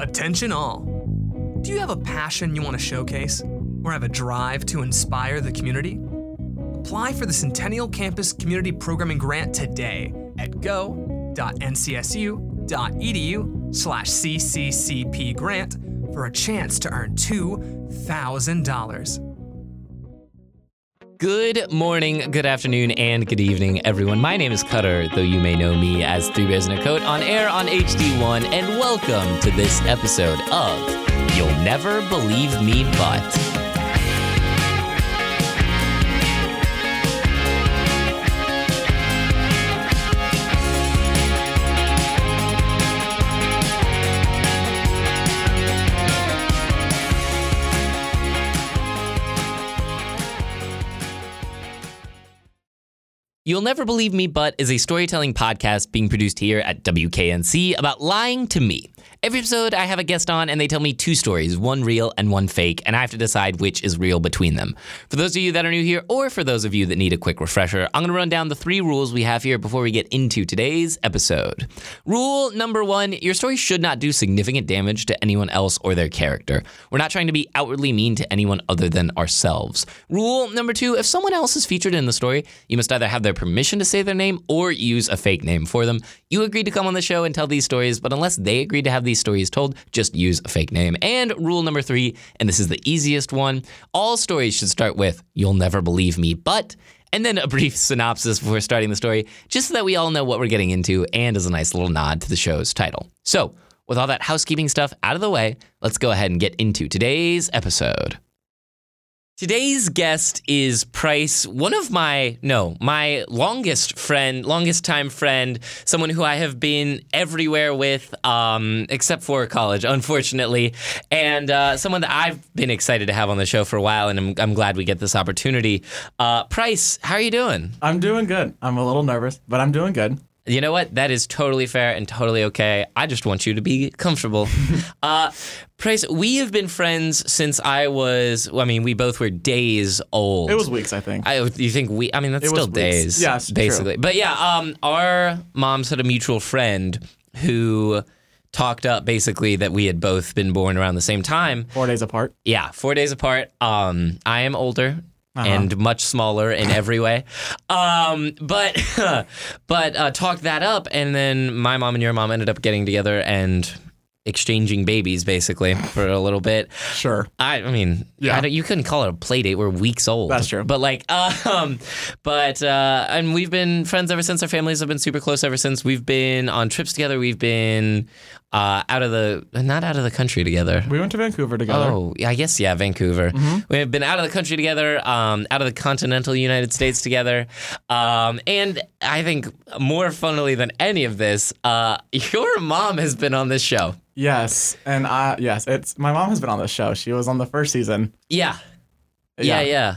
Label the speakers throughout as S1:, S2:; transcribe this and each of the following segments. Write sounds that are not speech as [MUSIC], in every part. S1: Attention all. Do you have a passion you want to showcase or have a drive to inspire the community? Apply for the Centennial Campus Community Programming Grant today at E go.ncsu.edu/cccp grant for a chance to earn $2,000.
S2: Good morning, good afternoon, and good evening, everyone. My name is Cutter, though you may know me as Three Bears in a Coat on air on HD1, and welcome to this episode of You'll Never Believe Me But. You'll Never Believe Me But is a storytelling podcast being produced here at WKNC about lying to me. Every episode, I have a guest on and they tell me two stories, one real and one fake, and I have to decide which is real between them. For those of you that are new here, or for those of you that need a quick refresher, I'm going to run down the three rules we have here before we get into today's episode. Rule number one your story should not do significant damage to anyone else or their character. We're not trying to be outwardly mean to anyone other than ourselves. Rule number two if someone else is featured in the story, you must either have their permission to say their name or use a fake name for them. You agreed to come on the show and tell these stories, but unless they agreed to have these stories told, just use a fake name. And rule number three, and this is the easiest one all stories should start with, You'll never believe me, but. And then a brief [LAUGHS] synopsis before starting the story, just so that we all know what we're getting into and as a nice little nod to the show's title. So, with all that housekeeping stuff out of the way, let's go ahead and get into today's episode. Today's guest is Price, one of my, no, my longest friend, longest time friend, someone who I have been everywhere with, um, except for college, unfortunately, and uh, someone that I've been excited to have on the show for a while, and I'm, I'm glad we get this opportunity. Uh, Price, how are you doing?
S3: I'm doing good. I'm a little nervous, but I'm doing good.
S2: You know what? That is totally fair and totally okay. I just want you to be
S3: [LAUGHS]
S2: comfortable. uh, Price, we have been friends since I was, well, I mean, we both were days old.
S3: It was weeks, I think.
S2: I, you think we? I mean, that's
S3: It was
S2: still
S3: weeks.
S2: days.
S3: Yeah, it's true.
S2: basically. But yeah, um, our moms had a mutual friend who talked up basically that we had both been born around the same time.
S3: Four days apart.
S2: Yeah, four days apart. Um, I am older.
S3: Uh-huh.
S2: And much smaller
S3: [LAUGHS]
S2: in every way, um, but [LAUGHS] but uh, talked that up, and then my mom and your mom ended up getting together and exchanging babies basically for a little bit.
S3: Sure.
S2: I, I mean,
S3: Yeah.
S2: I don't- you couldn't call it a play date. We're weeks old.
S3: That's true.
S2: But like, [LAUGHS] uh, um, but uh, and we've been friends ever since. Our families have been super close ever since. We've been on trips together. We've been uh, out of the not out of the country together.
S3: We went to Vancouver Mm-hmm. together.
S2: Oh, yeah, I guess yeah, Vancouver. We have been out of the country together, um, out of the continental United States together, um, and I think more funnily than any of this, uh, [LAUGHS] your mom has been on this show.
S3: Yes. And I yes, it's my mom has been on this show. She was on the first season.
S2: Yeah, yeah, yeah.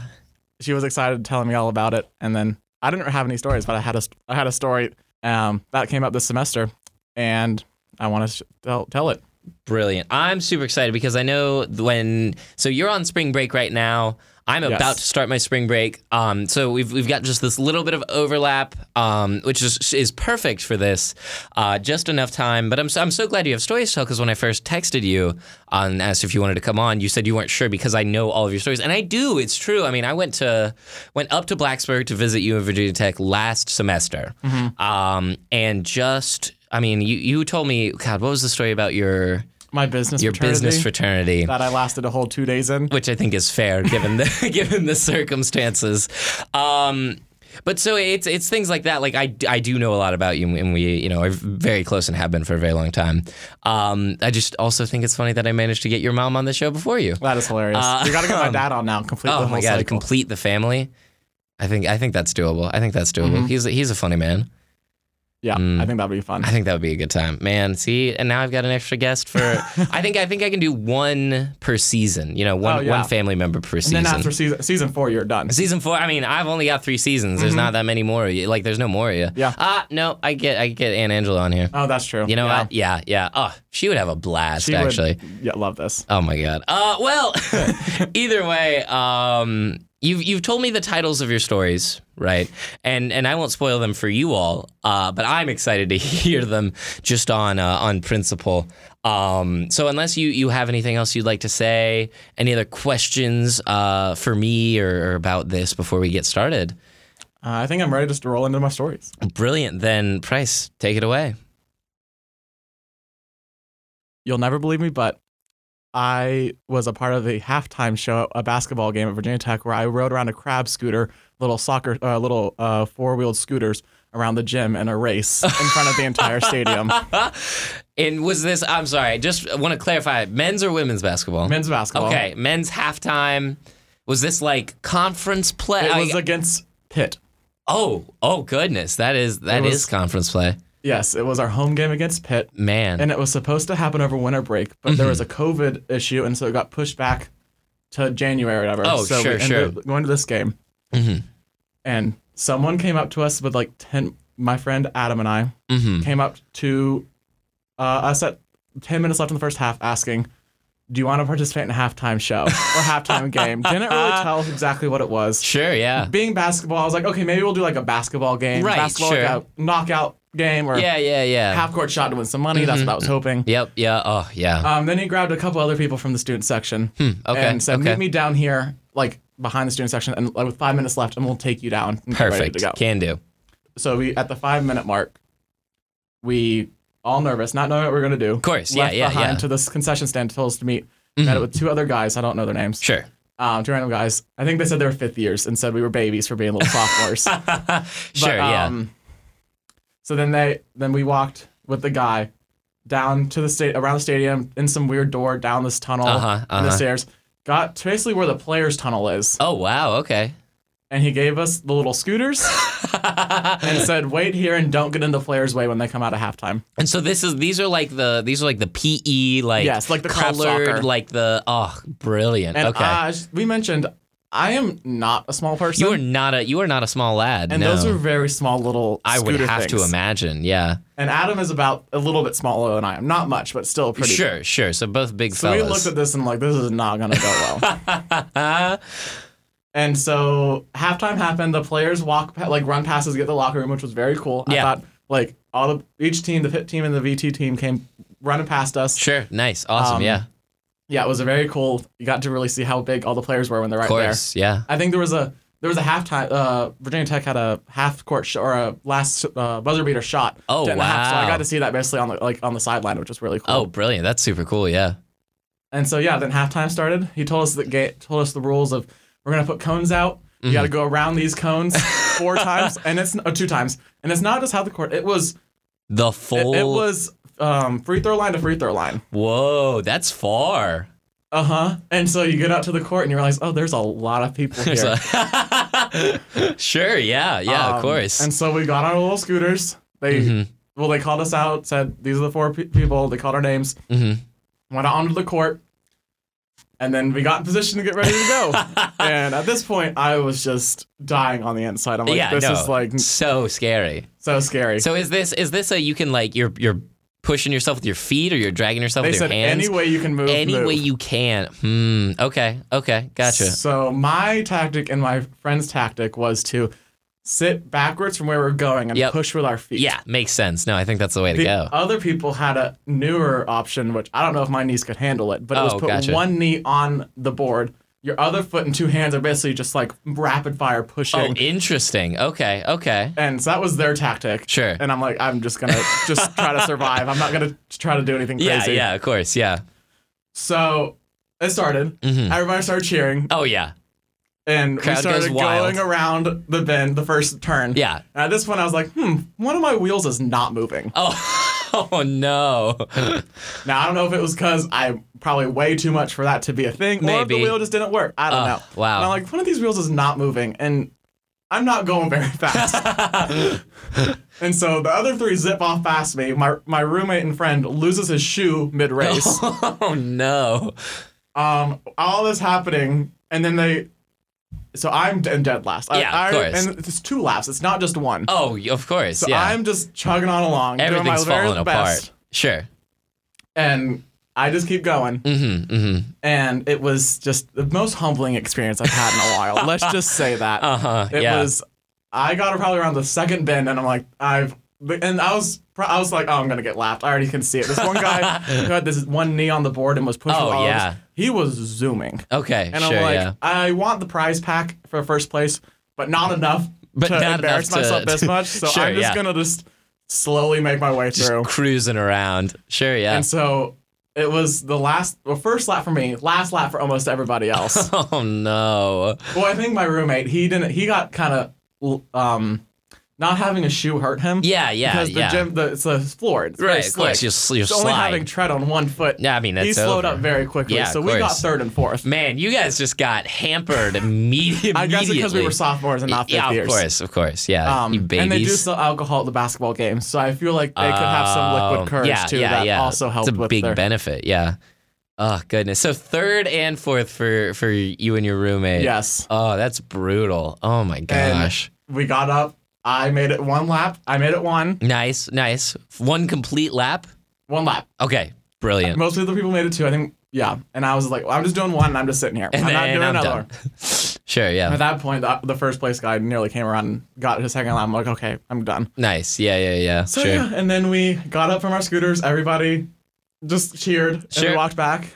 S3: She was excited telling me all about it. And then I didn't have any stories, but I had a I had a story um, that came up this semester and I want to sh- tell, tell it.
S2: Brilliant. I'm super excited because I know when so you're on spring break right now. I'm
S3: Yes.
S2: about to start my spring break. Um, so we've we've got just this little bit of overlap, um, which is is perfect for this. Uh, just enough time. But I'm so, I'm so glad you have stories to tell because when I first texted you on and asked if you wanted to come on, you said you weren't sure because I know all of your stories, and I do. It's true. I mean, I went to went up to Blacksburg to visit you at Virginia Tech last semester, um, and just. I mean, you, you told me, God, what was the story about your
S3: My business
S2: your
S3: fraternity
S2: business fraternity,
S3: that I lasted a whole 2 days in.
S2: which I think is fair given the [LAUGHS] given the circumstances. Um, but so it's it's things like that. Like I, I do know a lot about you, and we you know are very close and have been for a very long time. Um, I just also think it's funny that I managed to get your mom on the show before you.
S3: That is hilarious.
S2: Uh,
S3: we got to
S2: [LAUGHS]
S3: get my dad on now. Complete the
S2: Oh
S3: whole
S2: my god,
S3: cycle.
S2: complete the family. I think I think that's doable. I think that's doable.
S3: Mm-hmm.
S2: He's a, he's a funny man.
S3: yeah, I think that'd be fun.
S2: Mm. I think that would be a good time, man. See, and now I've got an extra guest for. I think I think I can do one per season. You know, one
S3: Oh, yeah.
S2: one family member per
S3: And
S2: season.
S3: then after season season 4 you're done.
S2: Season four. I mean, I've only got three seasons. There's not that many more. of you. Like, there's no more. Of you.
S3: Mm-hmm. Yeah.
S2: Ah, no. I get. I get Aunt Angela on here.
S3: Oh, that's true.
S2: You know
S3: yeah.
S2: what? Yeah. Yeah. Oh, she would have a blast.
S3: She would-
S2: actually.
S3: yeah, love this.
S2: Oh my god. Uh, well, [LAUGHS] either way, um, you've you've told me the titles of your stories, right? And and I won't spoil [LAUGHS] them for you all. Uh, but I'm excited to hear them just on uh, on principle. Um, so unless you, you have anything else you'd like to say, any other questions uh, for me or, or about this before we get started?
S3: Uh, I think I'm ready just to roll into my stories.
S2: Brilliant. Then Price, take it away.
S3: You'll never believe me, but I was a part of the halftime show at a basketball game at Virginia Tech where I rode around a crab scooter, little soccer, uh, little uh, four wheeled scooters around the gym in
S2: [LAUGHS]
S3: a race in front of the entire stadium.
S2: And was this? I'm sorry. I just want to clarify: men's or women's basketball?
S3: Men's basketball.
S2: Okay, men's halftime. Was this like conference play?
S3: It was
S2: Like-
S3: against Pitt.
S2: oh, oh goodness, that is that is
S3: It was-
S2: conference play.
S3: Yes, it was our home game against Pitt.
S2: Man,
S3: and it was supposed to happen over winter break, but there was a
S2: Mm-hmm.
S3: COVID issue, and so it got pushed back to January or whatever.
S2: Oh,
S3: so
S2: sure,
S3: we ended up going to this game,
S2: Mhm.
S3: and someone came up to us with like ten. My friend Adam and I
S2: Mhm.
S3: came up to uh, us at ten minutes left in the first half, asking, "Do you want to participate in a halftime show or
S2: [LAUGHS]
S3: halftime game?" Didn't really tell us exactly what it was
S2: sure, yeah,
S3: being basketball, I was like, okay, maybe we'll do like a basketball game,
S2: Right,
S3: basketball like,
S2: sure.
S3: a knockout game, or
S2: yeah, Mm-hmm. yeah, yeah.
S3: half court shot to win some money. That's what I was hoping.
S2: yep, yeah, oh yeah.
S3: Um, then he grabbed a couple other people from the student section
S2: Hmm, okay,
S3: and said,
S2: okay.
S3: meet me down here, like behind the student section, and like with five minutes left, and we'll take you down. And get Ready
S2: Perfect.
S3: to go.
S2: Can do.
S3: So we at the five minute mark, we all nervous, not knowing what we are gonna do. Of
S2: course, yeah,
S3: left
S2: yeah,
S3: behind
S2: yeah. Mm-hmm.
S3: to this concession stand, told us to meet. Met it with two other guys. I don't know their names.
S2: Sure.
S3: Um, two random guys. I think they said they were fifth years and said we were babies for
S2: [LAUGHS]
S3: being little sophomores.
S2: Sure, yeah.
S3: um, So then they then we walked with the guy down to the state around the stadium in some weird door down this tunnel
S2: Uh-huh,
S3: and the
S2: uh-huh.
S3: stairs. Got to basically where the players' tunnel is,
S2: Oh wow. Okay.
S3: and he gave us the
S2: [LAUGHS]
S3: little scooters and said, "Wait here and don't get in the players' way when they come out at halftime."
S2: And so this is these are like the these are like the PE like
S3: Yes, like the crab
S2: colored
S3: soccer.
S2: like the oh brilliant.
S3: And
S2: okay.
S3: uh, we mentioned I am not a small person,
S2: you are not a you are not a small lad.
S3: and
S2: no.
S3: those are very small little.
S2: I would
S3: scooter
S2: have to
S3: things.
S2: imagine. Yeah.
S3: And Adam is about a little bit smaller than I am, not much, but still pretty.
S2: Sure, sure. So both big
S3: So we
S2: fellas.
S3: looked at this and like, this is not gonna go well.
S2: [LAUGHS]
S3: and so halftime happened. The players walk pa- like run passes, get to the locker room, which was very cool.
S2: Yeah.
S3: I thought like all the each team, the pit team and the VT team came running past us.
S2: sure. Nice. Awesome.
S3: Um,
S2: yeah.
S3: Yeah, it was a very cool. You got to really see how big all the players were when they're
S2: Of
S3: right there.
S2: course. Yeah.
S3: I think there was a there was a halftime. Uh, Virginia Tech had a half court sh- or a last uh, buzzer beater shot.
S2: Oh,
S3: to end the half, so I
S2: wow.
S3: got to see that basically on the like on the sideline, which was really cool.
S2: Oh, brilliant. That's super cool. Yeah.
S3: And so yeah, then halftime started. He told us the ga- told us the rules of we're gonna put cones out. You got to go around these [LAUGHS] cones four times, and it's or two times, and it's not just how the court. It was
S2: The
S3: it,
S2: full.
S3: it was um, free throw line to free throw line.
S2: Whoa, that's far.
S3: Uh huh. And so you get out to the court and you realize, oh, there's a lot of people here.
S2: sure. Yeah. Yeah.
S3: Um,
S2: of course. Mm-hmm.
S3: And so we got on our little scooters. They well, they called us out, said these are the four pe- people. They called our names.
S2: Mhm.
S3: Went onto the court, and then we got in position to get ready
S2: [LAUGHS]
S3: to go. and at this point, I was just dying on the inside. I'm like,
S2: yeah.
S3: this
S2: no.
S3: is like
S2: so scary.
S3: so scary.
S2: So is this is this a you can like you're you're pushing yourself with your feet or you're dragging yourself
S3: they
S2: with your
S3: said
S2: hands?
S3: any way you can move,
S2: Any
S3: move.
S2: way you can. Hmm. Okay. Okay. Gotcha.
S3: So my tactic and my friend's tactic was to sit backwards from where we are going and
S2: Yep.
S3: push with our feet.
S2: Yeah. Makes sense. No, I think that's the way to
S3: The
S2: go.
S3: other people had a newer option, which I don't know if my knees could handle it, but it was
S2: Oh,
S3: put
S2: gotcha.
S3: one knee on the board. Your other foot and two hands are basically just like rapid fire
S2: Oh,
S3: pushing.
S2: interesting. Okay. Okay.
S3: and so that was their tactic.
S2: Sure.
S3: And I'm like, I'm
S2: [LAUGHS]
S3: just gonna just try to survive. I'm not gonna try to do anything
S2: Yeah.
S3: crazy.
S2: Yeah. Of course. Yeah.
S3: So it started. Everybody started cheering,
S2: Mm-hmm. Oh yeah.
S3: and
S2: Crowd
S3: we
S2: goes
S3: started
S2: wild.
S3: going around the bend, the first turn.
S2: Yeah.
S3: And at this point, I was like, hmm, one of my wheels is not moving.
S2: Oh. [LAUGHS] Oh no.
S3: Now I don't know if it was because I probably way too much for that to be a thing, or if the
S2: Maybe.
S3: wheel just didn't work. I don't
S2: Oh,
S3: know.
S2: wow.
S3: And I'm like, one of these wheels is not moving, and I'm not going
S2: [LAUGHS]
S3: very fast. and so the other three zip off past me. My my roommate and friend loses his shoe mid race.
S2: [LAUGHS] oh no.
S3: um, all this happening, and then they. So I'm in dead last. I-
S2: Yeah, of
S3: I,
S2: course.
S3: And it's two laps. It's not just one.
S2: Oh, y- of course.
S3: so
S2: yeah.
S3: I'm just chugging on along, doing my
S2: Everything's
S3: very
S2: falling
S3: best,
S2: apart. Sure.
S3: and I just keep going.
S2: Mm-hmm. Mm-hmm.
S3: and it was just the most humbling experience I've had in a
S2: [LAUGHS]
S3: while. Let's just say that
S2: Uh huh.
S3: Uh-huh, it
S2: Yeah.
S3: was. I got probably around the second bend, and I'm like, I've But- And I was, pr- I was like, oh, I'm gonna get laughed. I already can see it. This one
S2: [LAUGHS]
S3: guy who had this one knee on the board and was pushing.
S2: Oh,
S3: all of us,
S2: yeah.
S3: he was zooming.
S2: Okay,
S3: And
S2: sure,
S3: I'm like,
S2: yeah.
S3: I want the prize pack for first place, but not enough
S2: But
S3: to
S2: not enough
S3: embarrass
S2: to-
S3: myself this much.
S2: [LAUGHS]
S3: So
S2: Sure,
S3: I'm just
S2: yeah.
S3: gonna just slowly make my way
S2: Just
S3: through.
S2: cruising around. Sure, yeah.
S3: And so it was the last, well, first lap for me, last lap for almost
S2: [LAUGHS]
S3: everybody else.
S2: [LAUGHS] oh no.
S3: well, I think my roommate, he didn't, he got kind of, um, not having a shoe hurt him.
S2: Yeah, yeah,
S3: because the
S2: yeah.
S3: gym, the, it's a floor. It's very
S2: Right, of course,
S3: slick.
S2: you'll sl- you'll
S3: It's only
S2: slide.
S3: having tread on one foot.
S2: Yeah, I mean,
S3: he
S2: that's
S3: slowed
S2: over.
S3: up very quickly.
S2: Yeah, of
S3: so we got
S2: course.
S3: third and fourth.
S2: Man, you guys just got hampered [LAUGHS] immediately.
S3: I guess because we were sophomores and not fifth
S2: Yeah, of
S3: years.
S2: course, of course. Yeah,
S3: Um,
S2: you babies.
S3: and they do sell alcohol at the basketball games, so I feel like they could have some
S2: Um,
S3: liquid courage
S2: yeah,
S3: too.
S2: yeah,
S3: that
S2: yeah.
S3: also helped
S2: It's a
S3: with
S2: big
S3: their.
S2: benefit. Yeah. Oh goodness. So third and fourth for for you and your roommate.
S3: Yes.
S2: Oh, that's brutal. Oh my
S3: And
S2: gosh.
S3: we got up. I made it one lap. I made it one.
S2: nice, nice. One complete lap.
S3: One lap.
S2: Okay, brilliant.
S3: Most of the people made it two. I think. Yeah. And I was like, well, I'm just doing one. and I'm just sitting here.
S2: And
S3: I'm not
S2: then
S3: doing
S2: I'm
S3: another.
S2: done.
S3: one.
S2: [LAUGHS] Sure. Yeah.
S3: At that point, the, the first place guy nearly came around and got his second lap. I'm like, okay, I'm done.
S2: Nice. Yeah. Yeah. Yeah.
S3: So
S2: sure.
S3: yeah. And then we got up from our scooters. Everybody just cheered and
S2: Sure.
S3: we
S2: [LAUGHS]
S3: walked back.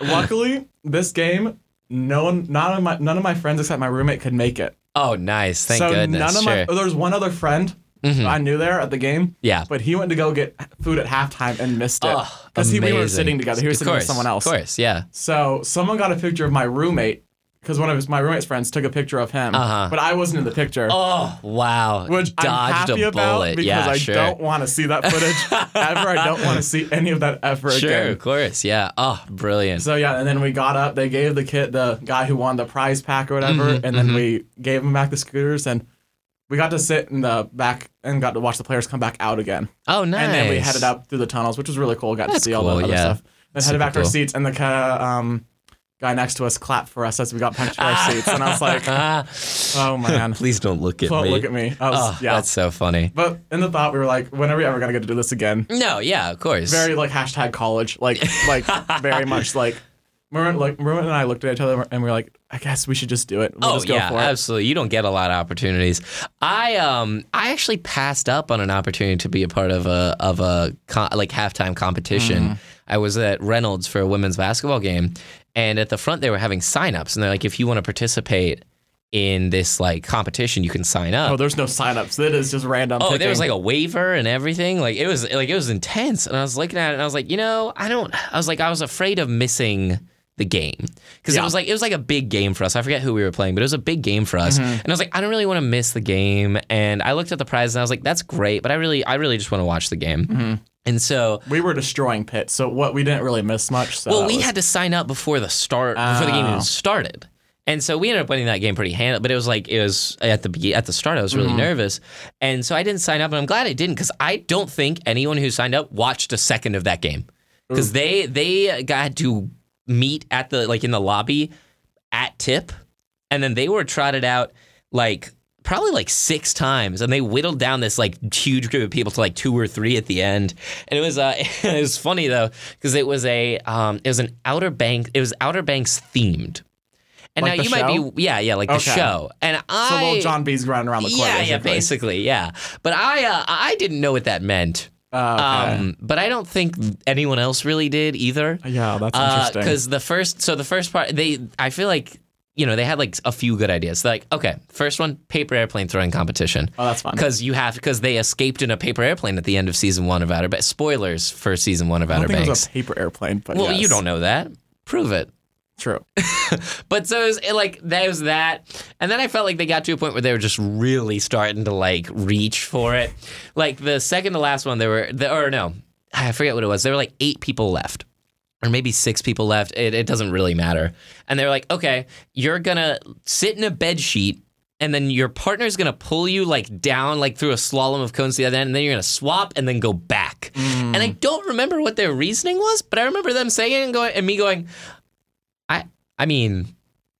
S3: Luckily, this game, no one, not of my, none of my friends except my roommate could make it.
S2: Oh, nice. Thank
S3: so
S2: goodness.
S3: none of my
S2: sure. Mm-hmm.
S3: oh, there was one other friend I knew there at the game.
S2: Yeah.
S3: But he went to go get food at halftime and missed it
S2: Oh,
S3: because he we were
S2: amazing.
S3: sitting together. He was
S2: Of
S3: sitting
S2: course,
S3: with someone else.
S2: Of course. Yeah.
S3: So someone got a picture of my roommate because one of his my roommate's friends took a picture of him,
S2: Uh-huh.
S3: but I wasn't in the picture.
S2: Oh wow!
S3: Which
S2: Dodged
S3: I'm happy
S2: a
S3: about
S2: bullet.
S3: because
S2: yeah,
S3: I
S2: sure.
S3: don't want to see
S2: [LAUGHS]
S3: that footage ever. I don't want to see any of that ever
S2: sure,
S3: again.
S2: of course. Yeah. Oh, brilliant.
S3: So yeah, and then we got up. They gave the kid the guy who won the prize pack or whatever,
S2: Mm-hmm,
S3: and then we gave him back the scooters, and we got to sit in the back and got to watch the players come back out again.
S2: oh, nice.
S3: And then we headed up through the tunnels, which was really cool. Got
S2: That's
S3: to see all
S2: cool,
S3: the other
S2: yeah.
S3: stuff. Then headed
S2: Super
S3: back to our
S2: cool.
S3: seats, and the ca- um, guy next to us clapped for us as we got punched
S2: [LAUGHS]
S3: to our seats, and I was like,
S2: Ah,
S3: "Oh man,
S2: please don't look at [LAUGHS]
S3: don't
S2: me.
S3: look at me." I was,
S2: Oh,
S3: yeah.
S2: that's so funny.
S3: But in the thought, we were like, "When are we ever gonna get to do this again?"
S2: No, yeah, of course.
S3: Very like hashtag college,
S2: [LAUGHS]
S3: like like very much like. Remember, like Merwin and I looked at each other and we were like, "I guess we should just do it. We'll
S2: Oh
S3: just go
S2: yeah,
S3: for it."
S2: absolutely. You don't get a lot of opportunities. I um I actually passed up on an opportunity to be a part of a of a co like halftime competition.
S3: Mm-hmm.
S2: I was at Reynolds for a women's basketball game, and at the front they were having signups, and they're like, if you want to participate in this like competition, you can sign up.
S3: Oh, there's no signups. It is just random.
S2: Oh,
S3: picking.
S2: there was like a waiver and everything. Like it was like it was intense. And I was looking at it and I was like, you know, I don't I was like I was afraid of missing the game because it
S3: Yeah.
S2: was like it was like a big game for us. I forget who we were playing, but it was a big game for
S3: Mm-hmm.
S2: us. And I was like, I don't really want to miss the game. And I looked at the prize and I was like, that's great, but I really I really just want to watch the game.
S3: Mm-hmm.
S2: And so
S3: we were destroying pits, so what we didn't really miss much. So
S2: well,
S3: that
S2: we
S3: was-
S2: had to sign up before the start before the game even
S3: Oh.
S2: started, and so we ended up winning that game pretty handily. But it was like it was at the be- at the start. I was really nervous, and so I didn't sign up, and I'm glad I didn't because I don't think anyone who signed up watched a second of that game because they they got to meet at the like in the lobby at tip, and then they were trotted out like. Probably like six times, and they whittled down this like huge group of people to like two or three at the end, and it was uh, [LAUGHS] it was funny though because it was a um, it was an Outer Banks it was Outer Banks themed, and
S3: Like
S2: now
S3: the
S2: you might
S3: show?
S2: be yeah yeah like the
S3: Okay.
S2: show, and I
S3: So little John B's running around the corner.
S2: yeah yeah
S3: basically.
S2: basically yeah, but I uh, I didn't know what that meant,
S3: Uh, okay.
S2: um, but I don't think anyone else really did either.
S3: yeah, that's
S2: uh,
S3: interesting.
S2: Because the first, so the first part, they, I feel like, you know, they had like a few good ideas. They're like, okay, first one, paper airplane throwing competition.
S3: Oh, that's fun.
S2: Because you have, because they escaped in a paper airplane at the end of season one of Outer Banks. Spoilers for season one of
S3: I
S2: Outer
S3: don't think it
S2: Banks.
S3: was a paper airplane, but
S2: Well,
S3: yes.
S2: you don't know that. Prove it.
S3: True.
S2: [LAUGHS] But so it was it, like that was that, and then I felt like they got to a point where they were just really starting to like reach for it. Like the second to last one, there were the, or no, I forget what it was. There were like eight people left, or maybe six people left. It, it doesn't really matter. And they were like, okay, you're gonna sit in a bed sheet. And then your partner's gonna pull you like down, like through a slalom of cones to the other end, and then you're gonna swap and then go back.
S3: Mm.
S2: And I don't remember what their reasoning was, but I remember them saying it and going, and me going, I, I mean,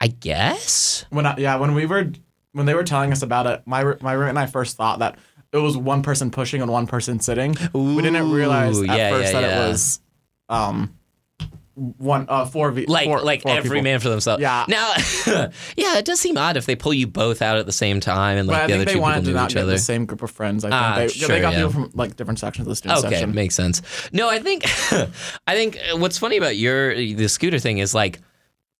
S2: I guess.
S3: When I, yeah, when we were when they were telling us about it, my r- my roommate and I first thought that it was one person pushing and one person sitting. we didn't realize
S2: Ooh,
S3: at
S2: yeah,
S3: first
S2: yeah,
S3: that
S2: yeah.
S3: it was um one uh, four v
S2: like
S3: four,
S2: like
S3: four
S2: every
S3: people.
S2: man for themselves.
S3: Yeah.
S2: Now, [LAUGHS] yeah, it does seem odd if they pull you both out at the same time and
S3: But
S2: like
S3: I
S2: the
S3: think
S2: other
S3: they
S2: two people
S3: wanted to
S2: knew
S3: not
S2: each
S3: get
S2: other.
S3: the same group of friends. I think
S2: Ah,
S3: they,
S2: sure,
S3: they got
S2: yeah.
S3: people from like different sections of the student
S2: okay,
S3: section.
S2: makes sense. No, I think [LAUGHS] I think uh, what's funny about your the scooter thing is like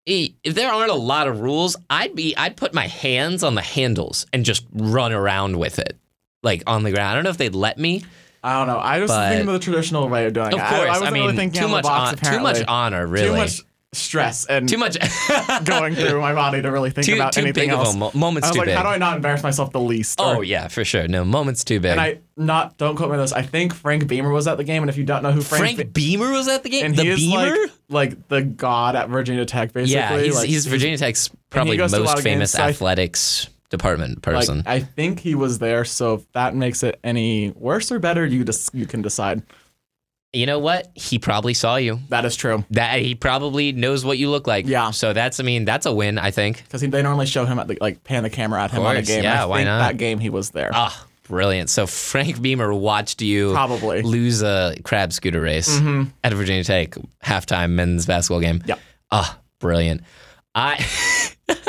S2: eh, if there aren't a lot of rules, I'd be I'd put my hands on the handles and just run around with it. Like on the ground. I don't know if they'd let me.
S3: I don't know. I was
S2: But-
S3: thinking of the traditional way of doing it.
S2: Of course.
S3: I,
S2: I,
S3: wasn't
S2: mean
S3: really thinking
S2: too
S3: out of
S2: much
S3: the box,
S2: hon- too much
S3: apparently.
S2: honor, really.
S3: Too much stress and
S2: too much
S3: [LAUGHS]
S2: [LAUGHS]
S3: going through my body to really think
S2: too,
S3: about
S2: too
S3: anything
S2: big
S3: else.
S2: of a mo- moment's
S3: I was
S2: too
S3: like,
S2: big.
S3: how do I not embarrass myself the least?
S2: oh
S3: Or-
S2: yeah, for sure. No, moment's too big.
S3: And I not don't quote me on this. I think Frank Beamer was at the game, and if you don't know who Frank,
S2: Frank Beamer was at the game.
S3: and
S2: the
S3: he is
S2: Beamer.
S3: like like the god at Virginia Tech, basically.
S2: yeah, he's,
S3: like,
S2: he's Virginia Tech's probably
S3: goes to a lot
S2: most
S3: of
S2: famous
S3: games, so I-
S2: athletics department
S3: like,
S2: person.
S3: I think he was there, so if that makes it any worse or better, you just you can decide.
S2: you know what? He probably saw you.
S3: That is true
S2: That he probably knows what you look like.
S3: Yeah.
S2: So that's I mean that's a win. I think.
S3: because they normally show him at the like pan the camera at him on a
S2: course,
S3: game. and
S2: yeah,
S3: I
S2: why
S3: think
S2: not?
S3: That game he was there.
S2: Ah, brilliant. So Frank Beamer watched you
S3: Probably. Mm-hmm.
S2: lose a crab scooter race at a Virginia Tech halftime men's basketball game.
S3: Yep.
S2: Ah, brilliant. I. [LAUGHS]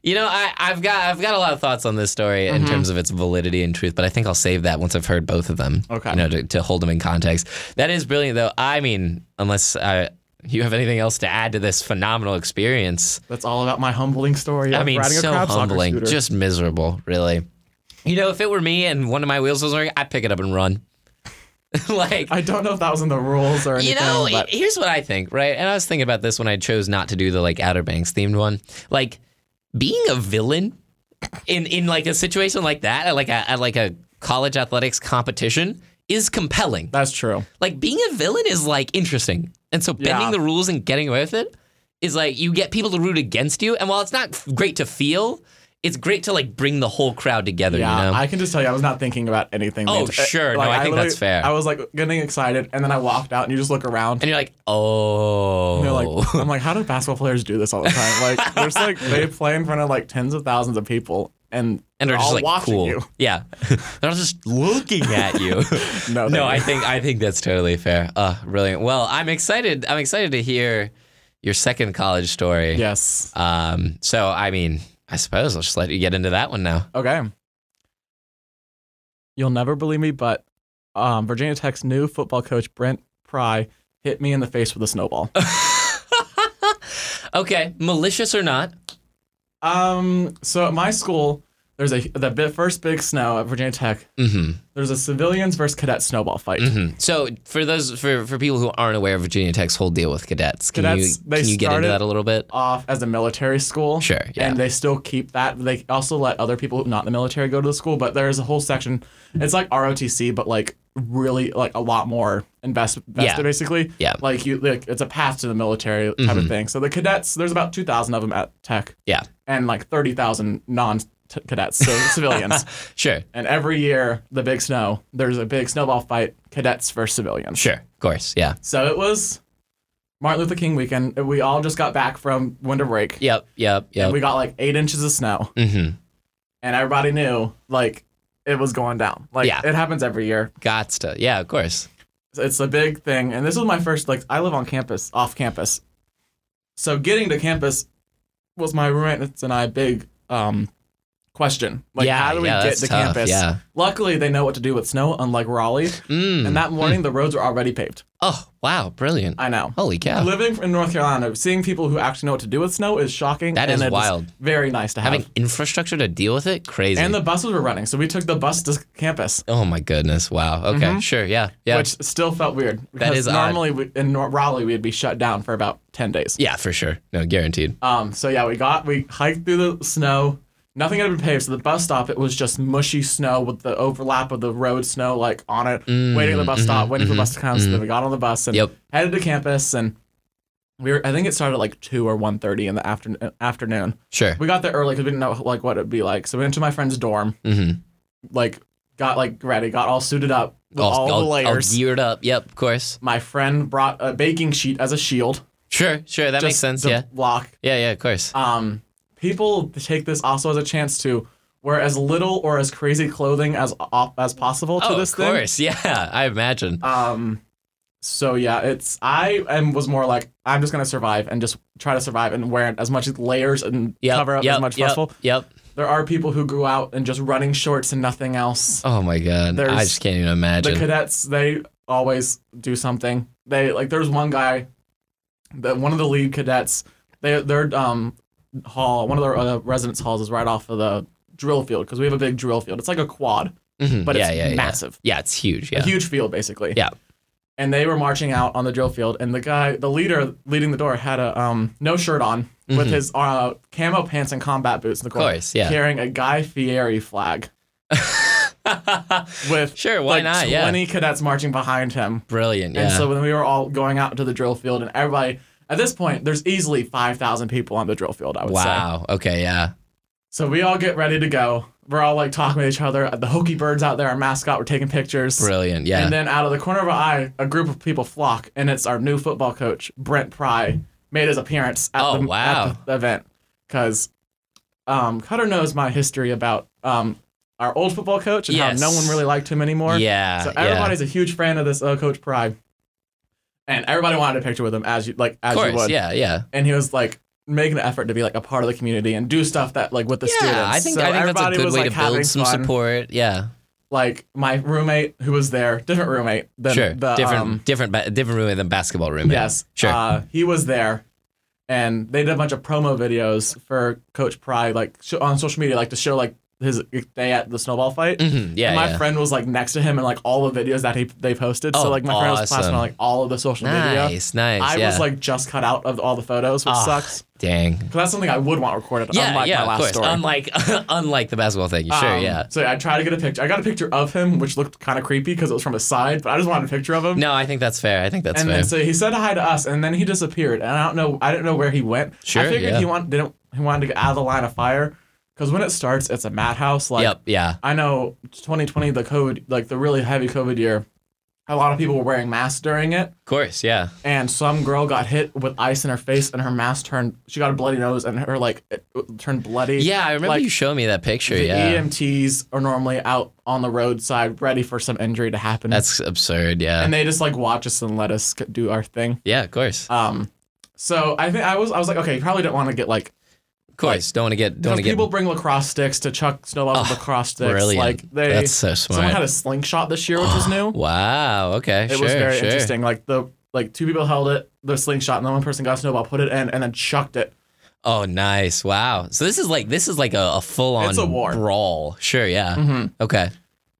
S2: You know, I, I've got I've got a lot of thoughts on this story
S3: Mm-hmm.
S2: in terms of its validity and truth, but I think I'll save that once I've heard both of them.
S3: Okay.
S2: You know, to, to hold them in context. That is brilliant, though. I mean, unless uh, you have anything else to add to this phenomenal experience,
S3: That's all about my humbling story.
S2: I
S3: of
S2: mean,
S3: riding a
S2: so
S3: crab soccer
S2: humbling,
S3: scooter.
S2: just miserable, really. You know, if it were me and one of my wheels was working, I'd pick it up and run. [LAUGHS] like,
S3: I don't know if that was in the rules or anything.
S2: you know,
S3: but
S2: here's what I think, right? And I was thinking about this when I chose not to do the like Outer Banks themed one. Like being a villain in in like a situation like that, at like a at like a college athletics competition is compelling.
S3: that's true.
S2: Like being a villain is like interesting. And so bending
S3: Yeah.
S2: the rules and getting away with it is like you get people to root against you. And while it's not great to feel, it's great to like bring the whole crowd together,
S3: Yeah,
S2: you know?
S3: I can just tell you, I was not thinking about anything. the
S2: Oh,
S3: entire-
S2: sure. No, I think that's
S3: literally-
S2: fair.
S3: I was like getting excited, and then I walked out, and you just look around.
S2: and you're like, oh.
S3: And they're like, I'm like, how do basketball players do this all the
S2: [LAUGHS]
S3: time? Like, there's like they play in front of like tens of thousands of people, and
S2: and are
S3: they're
S2: just
S3: all
S2: like
S3: watching
S2: cool.
S3: you.
S2: [LAUGHS] Yeah, they're just looking at you.
S3: [LAUGHS] No,
S2: no, I
S3: thank
S2: think I think that's totally fair. Uh, brilliant. Well, I'm excited. I'm excited to hear your second college story.
S3: Yes.
S2: Um. So I mean, I suppose I'll just let you get into that one now.
S3: Okay. You'll never believe me, but um, Virginia Tech's new football coach Brent Pry hit me in the face with
S2: [LAUGHS]
S3: a snowball.
S2: Okay, malicious or not?
S3: um, so at my school, there's a the bi- first big snow at Virginia Tech.
S2: Mm-hmm.
S3: There's a civilians versus cadet snowball fight.
S2: hmm So for those for for people who aren't aware of Virginia Tech's whole deal with cadets, can
S3: Cadets,
S2: you
S3: they
S2: can you get into
S3: started-
S2: that a little bit?
S3: off as a military school.
S2: Sure, yeah.
S3: And they still keep that. They also let other people who not in the military go to the school, but there's a whole section. It's like ROTC, but like really like a lot more invest, invested
S2: Yeah.
S3: basically.
S2: Yeah. Mm-hmm.
S3: Like you, like it's a path to the military type of thing. So the cadets, there's about two thousand of them at Tech,
S2: Yeah,
S3: and like thirty thousand non cadets,
S2: [LAUGHS]
S3: so civilians.
S2: sure,
S3: And every year, the big snow, there's a big snowball fight, cadets versus civilians.
S2: sure, of course, yeah,
S3: So it was Martin Luther King weekend. We all just got back from winter break
S2: yep, yep,
S3: and
S2: yep.
S3: we got like eight inches of snow,
S2: mm-hmm.
S3: and everybody knew like it was going down. Like
S2: Yeah.
S3: it happens every year.
S2: Gots to, yeah, of course.
S3: So It's a big thing, and this was my first like I live on campus, off campus, so getting to campus was my roommates and I big um question. Like
S2: Yeah,
S3: how do we
S2: yeah,
S3: get
S2: that's
S3: to
S2: tough,
S3: campus?
S2: yeah.
S3: Luckily, they know what to do with snow, unlike Raleigh.
S2: Mm.
S3: And that morning, the roads were already paved.
S2: Oh, wow, brilliant.
S3: I know.
S2: Holy cow.
S3: Living in North Carolina, seeing people who actually know what to do with snow is shocking.
S2: That is
S3: and it's
S2: wild.
S3: Very nice to have.
S2: Having infrastructure to deal with it? Crazy.
S3: And the buses were running, so we took the bus to campus,
S2: oh my goodness. Wow. Okay, sure. Yeah. Yeah.
S3: Mm-hmm. which still felt weird. Because
S2: is odd.
S3: normally we, in Nor- Raleigh we'd be shut down for about ten days.
S2: yeah, for sure. No, guaranteed.
S3: Um. So yeah, we got we hiked through the snow. Nothing had been paved, so the bus stop it was just mushy snow with the overlap of the road snow like on it.
S2: Mm,
S3: waiting at the bus stop, waiting for the bus to come. So then we got on the bus and
S2: mm-hmm, Yep.
S3: headed to campus, and we were. I think it started at like two or 1.30 in the afternoon. Afternoon.
S2: Sure.
S3: We got there early because we didn't know like what it'd be like. So we went to my friend's dorm.
S2: Mhm.
S3: Like got like ready, got all suited up with all, the layers.
S2: geared up. Yep, of course.
S3: my friend brought a baking sheet as a shield.
S2: Sure, sure. That makes
S3: just
S2: sense.
S3: to
S2: Yeah.
S3: Block.
S2: Yeah, yeah, of course.
S3: Um, people take this also as a chance to wear as little or as crazy clothing as as possible to
S2: oh,
S3: this
S2: [LAUGHS] of
S3: thing.
S2: course. Yeah, I imagine.
S3: Um, So yeah, it's I am was more like I'm just gonna survive and just try to survive and wear as much layers and
S2: Yep,
S3: cover up
S2: yep,
S3: as much as
S2: yep,
S3: possible.
S2: Yep.
S3: There are people who grew out and just running shorts and nothing else.
S2: Oh my god. I
S3: There's-
S2: just can't even
S3: the
S2: imagine.
S3: cadets they always do something they like there's one guy that one of the lead cadets they, their um hall one of their uh, residence halls is right off of the drill field because we have a big drill field it's like a quad
S2: Mhm,
S3: but
S2: yeah,
S3: it's
S2: yeah, yeah.
S3: massive
S2: Yeah, it's huge. Yeah.
S3: a huge field basically [LAUGHS]
S2: Yeah.
S3: and they were marching out on the drill field and the guy the leader leading the door had a um no shirt on with
S2: Mhm.
S3: his uh, camo pants and combat boots in the corner
S2: course, yeah.
S3: carrying a guy fieri flag with
S2: Sure, why
S3: like
S2: not? Yeah.
S3: 20 cadets marching behind him
S2: Brilliant. Yeah.
S3: and so when we were all going out to the drill field, and everybody at this point, there's easily five thousand people on the drill field. I would say.
S2: wow. Okay. Yeah.
S3: So we all get ready to go. We're all like talking with each other. The Hokey Birds out there, our mascot, we're taking pictures.
S2: Brilliant. Yeah.
S3: And then out of the corner of our eye, a group of people flock, and it's our new football coach, Brent Pry, made his appearance at,
S2: Oh,
S3: the,
S2: wow.
S3: at the event. Because um, Cutter knows my history about um, our old football coach and
S2: Yes.
S3: how no one really liked him anymore.
S2: Uh, yeah.
S3: So
S2: yeah.
S3: everybody's a huge fan of this uh, Coach Pry, and everybody wanted a picture with him as you like as
S2: Of
S3: you
S2: course.
S3: would.
S2: Yeah. Yeah.
S3: And he was like making an effort to be like a part of the community and do stuff that like with the
S2: yeah.
S3: students.
S2: I think
S3: So
S2: I think that's a
S3: everybody
S2: good
S3: was
S2: way
S3: like
S2: to
S3: having
S2: build some
S3: fun.
S2: support. Yeah.
S3: Like my roommate who was there, different roommate than
S2: sure.
S3: the
S2: different
S3: um,
S2: different ba- different room than basketball room.
S3: yes,
S2: Sure.
S3: uh, he was there. And they did a bunch of promo videos for Coach Pry, like sh- on social media, like to show like his day at the snowball fight.
S2: Mhm, Yeah.
S3: And my
S2: yeah.
S3: friend was like next to him and like all the videos that he they posted.
S2: Oh,
S3: so like my friend was
S2: awesome.
S3: classing on like all of the social media.
S2: nice. Nice.
S3: I
S2: yeah.
S3: was like just cut out of all the photos, which
S2: Ah,
S3: sucks.
S2: dang.
S3: Because that's something I would want recorded,
S2: Yeah.
S3: unlike
S2: yeah.
S3: my
S2: of
S3: last
S2: course.
S3: story.
S2: Unlike [LAUGHS] unlike the basketball thing. Sure.
S3: Um,
S2: yeah.
S3: So I tried to get a picture. I got a picture of him, which looked kind of creepy because it was from his side, but I just wanted a picture of him.
S2: No, I think that's fair. I think that's
S3: and
S2: fair.
S3: then so he said hi to us, and then he disappeared. And I don't know. I didn't know where he went.
S2: Sure,
S3: I figured
S2: yeah.
S3: he wanted didn't he wanted to get out of the line of fire because when it starts, it's a madhouse. Like
S2: yep. Yeah.
S3: I know 2020, the COVID, like the really heavy COVID year, a lot of people were wearing masks during it.
S2: Of course. Yeah.
S3: And some girl got hit with ice in her face, and her mask turned. She got a bloody nose, and her like it turned bloody.
S2: Yeah. I remember
S3: like,
S2: you showed me that picture.
S3: The E
S2: Yeah.
S3: EMTs are normally out on the roadside, ready for some injury to happen.
S2: That's absurd. Yeah.
S3: and they just like watch us and let us c- do our thing.
S2: yeah. Of course.
S3: Um, so I think I was I was like, okay, you probably don't want to get like
S2: Of course. Don't want to get. Don't
S3: because
S2: want to get.
S3: people bring lacrosse sticks to chuck snowballs with lacrosse sticks.
S2: Brilliant.
S3: Like they,
S2: That's so
S3: someone had
S2: smart.
S3: a slingshot this year, which was new.
S2: Wow. Okay.
S3: It
S2: sure.
S3: was very
S2: sure.
S3: interesting. Like the like two people held it, the slingshot, and then one person got a snowball, put it in, and then chucked it.
S2: Oh, nice. Wow. So this is like this is like a, a full on
S3: It's a war.
S2: brawl. Sure. Yeah.
S3: Mhm.
S2: Okay.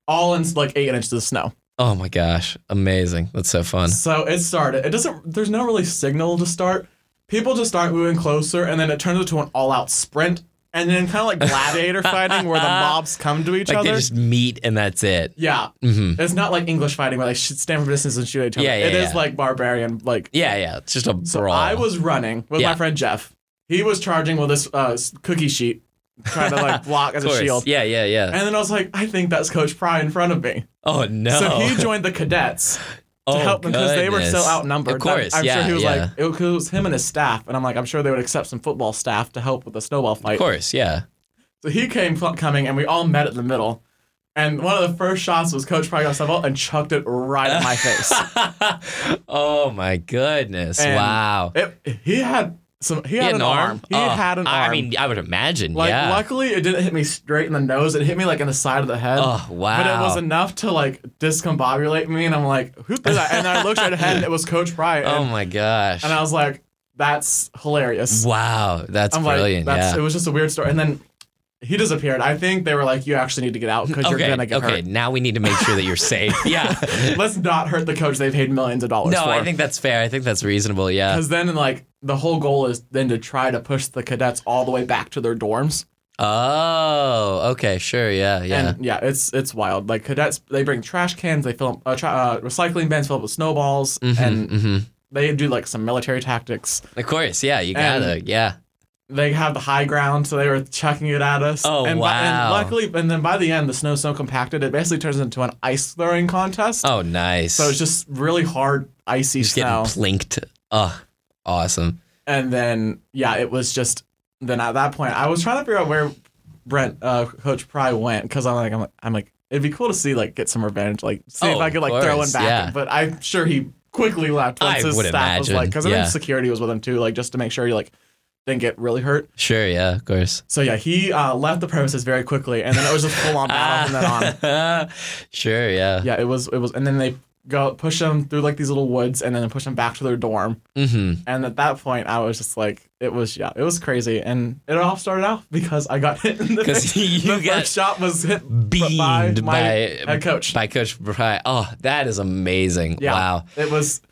S3: All in like eight inches of snow.
S2: Oh my gosh. Amazing. That's so fun.
S3: So it started. It doesn't. There's no really signal to start. People just start moving closer, and then it turns into an all-out sprint, and then kind of like gladiator
S2: [LAUGHS]
S3: fighting where the mobs come to each
S2: Like they
S3: other.
S2: just meet and that's it.
S3: yeah,
S2: hmm
S3: it's not like English fighting where they should stand from a distance and shoot at each other.
S2: Yeah, yeah,
S3: It is
S2: yeah.
S3: like barbarian. Like
S2: Yeah. Yeah. It's just a brawl.
S3: so, I was running with
S2: Yeah.
S3: my friend Jeff. He was charging with this uh, s- cookie sheet, trying
S2: [LAUGHS]
S3: to like block as
S2: Of
S3: a
S2: course.
S3: shield.
S2: Yeah. Yeah. Yeah.
S3: And then I was like, I think that's Coach Pry in front of me.
S2: oh no. Oh,
S3: So he joined the cadets. to help them because they
S2: [LAUGHS]
S3: were so
S2: goodness.
S3: outnumbered.
S2: Of
S3: that
S2: course,
S3: I'm
S2: yeah,
S3: sure he was
S2: yeah.
S3: like it was, 'cause it was him and his staff, and I'm like I'm sure they would accept some football staff to help with the snowball
S2: Of
S3: fight.
S2: course, yeah.
S3: So he came fl- coming, and we all met at the middle. And one of the first shots was Coach Pry got a snowball and chucked it
S2: [LAUGHS]
S3: right at my face.
S2: oh my goodness!
S3: And
S2: wow.
S3: It, he had some. He, had, an, arm. He
S2: Oh,
S3: had an
S2: I-
S3: arm.
S2: I mean, I would imagine.
S3: like
S2: yeah.
S3: luckily it didn't hit me straight in the nose. It hit me like in the side of the head.
S2: Oh,
S3: But it
S2: wow.
S3: was enough to like discombobulate me, and I'm like, who did that? And I looked right
S2: [LAUGHS]
S3: ahead, and it was Coach Pry.
S2: oh
S3: and-
S2: my gosh.
S3: and I was like, that's hilarious.
S2: wow, that's
S3: I'm
S2: brilliant.
S3: like, that's,
S2: yeah.
S3: it was just a weird story. And then he disappeared. I think they were like, you actually need to get out because you're
S2: okay.
S3: gonna get
S2: okay.
S3: hurt.
S2: Now we need to make sure that you're
S3: [LAUGHS]
S2: safe. Yeah.
S3: Let's not hurt the coach they paid millions of dollars
S2: no,
S3: for.
S2: I think that's fair. I think that's reasonable. Yeah.
S3: because then like the whole goal is then to try to push the cadets all the way back to their dorms.
S2: Oh. Okay. Sure. Yeah. Yeah.
S3: And yeah, it's it's wild. Like cadets, they bring trash cans, they fill up, uh, tra- uh, recycling bins filled with snowballs, and
S2: Mhm.
S3: they do like some military tactics.
S2: Of course. Yeah. You gotta. yeah.
S3: They have the high ground, so they were chucking it at us.
S2: Oh,
S3: and By,
S2: wow.
S3: and luckily, and then by the end, the snow so compacted, it basically turns into an ice throwing contest.
S2: Oh, nice.
S3: So it's just really hard, icy
S2: just getting
S3: snow.
S2: plinked. Oh, awesome.
S3: and then, yeah, it was just. Then at that point, I was trying to figure out where Brent, uh, Coach Pry went because I'm like, I'm like, I'm like, it'd be cool to see like get some revenge, like see if
S2: Oh,
S3: I could like throw
S2: of
S3: him
S2: course,
S3: back.
S2: yeah.
S3: But I'm sure he quickly left once
S2: I
S3: his
S2: would
S3: staff was
S2: imagine,
S3: like, because I
S2: yeah.
S3: think security was with him too, like just to make sure he like didn't get really hurt.
S2: Sure, yeah, of course.
S3: So yeah, he uh, left the premises very quickly, and then it was just full on battle from then
S2: [LAUGHS]
S3: on.
S2: sure, yeah.
S3: Yeah, it was it was, and then they go push him through like these little woods, and then push him back to their dorm.
S2: hmm
S3: And at that point, I was just like, it was yeah, it was crazy, and it all started out because I got [LAUGHS] hit. in the
S2: 'Cause
S3: face.
S2: you
S3: the
S2: got
S3: first shot was hit
S2: Beamed
S3: by my
S2: by-
S3: head coach.
S2: By Coach Bry. Oh, that is amazing.
S3: Yeah.
S2: Wow.
S3: It was. I-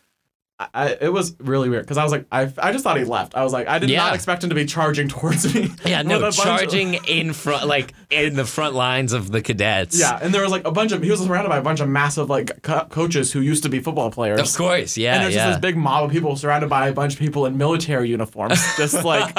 S3: I, it was really weird because I was like, I, I just thought he left. I was like, I did
S2: Yeah.
S3: not expect him to be charging [LAUGHS] towards me.
S2: Yeah,
S3: with a
S2: no,
S3: bunch of-
S2: charging in front, like in the front lines of the cadets.
S3: yeah, and there was like a bunch of he was surrounded by a bunch of massive like co- coaches who used to be football players.
S2: Of course, yeah,
S3: and there's
S2: Oh, yeah.
S3: just this big mob of people surrounded by a bunch of people in military uniforms,
S2: [LAUGHS]
S3: just like.